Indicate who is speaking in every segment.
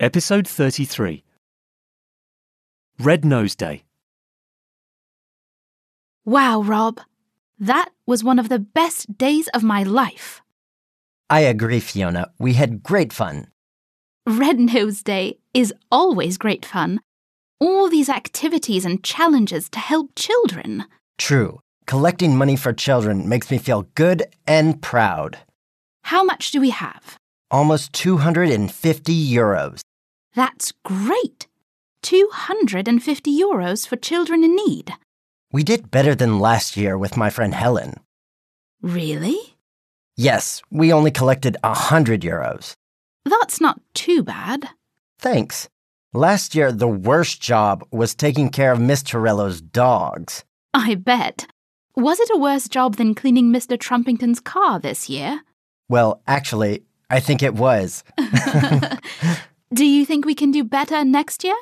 Speaker 1: Episode 33 Red Nose Day.
Speaker 2: Wow, Rob. That was one of the best days of my life.
Speaker 3: I agree, Fiona. We had great fun.
Speaker 2: Red Nose Day is always great fun. All these activities and challenges to help children.
Speaker 3: True. Collecting money for children makes me feel good and proud.
Speaker 2: How much do we have?
Speaker 3: Almost 250 euros.
Speaker 2: That's great. 250 euros for children in need.
Speaker 3: We did better than last year with my friend Helen.
Speaker 2: Really?
Speaker 3: Yes, we only collected 100 euros.
Speaker 2: That's not too bad.
Speaker 3: Thanks. Last year, the worst job was taking care of Miss Torello's dogs.
Speaker 2: I bet. Was it a worse job than cleaning Mr. Trumpington's car this year?
Speaker 3: Well, actually, I think it was.
Speaker 2: Do you think we can do better next year?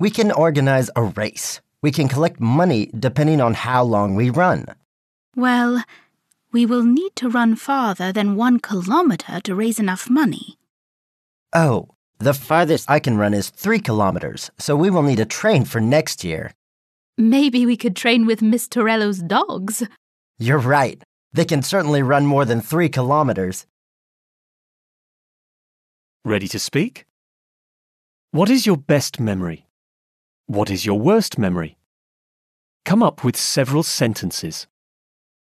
Speaker 3: We can organize a race. We can collect money depending on how long we run.
Speaker 2: Well, we will need to run farther than one kilometre to raise enough money.
Speaker 3: Oh, the farthest I can run is three kilometers, so we will need a train for next year.
Speaker 2: Maybe we could train with Miss Torello's dogs.
Speaker 3: You're right. They can certainly run more than three kilometers.
Speaker 1: Ready to speak? What is your best memory? What is your worst memory? Come up with several sentences.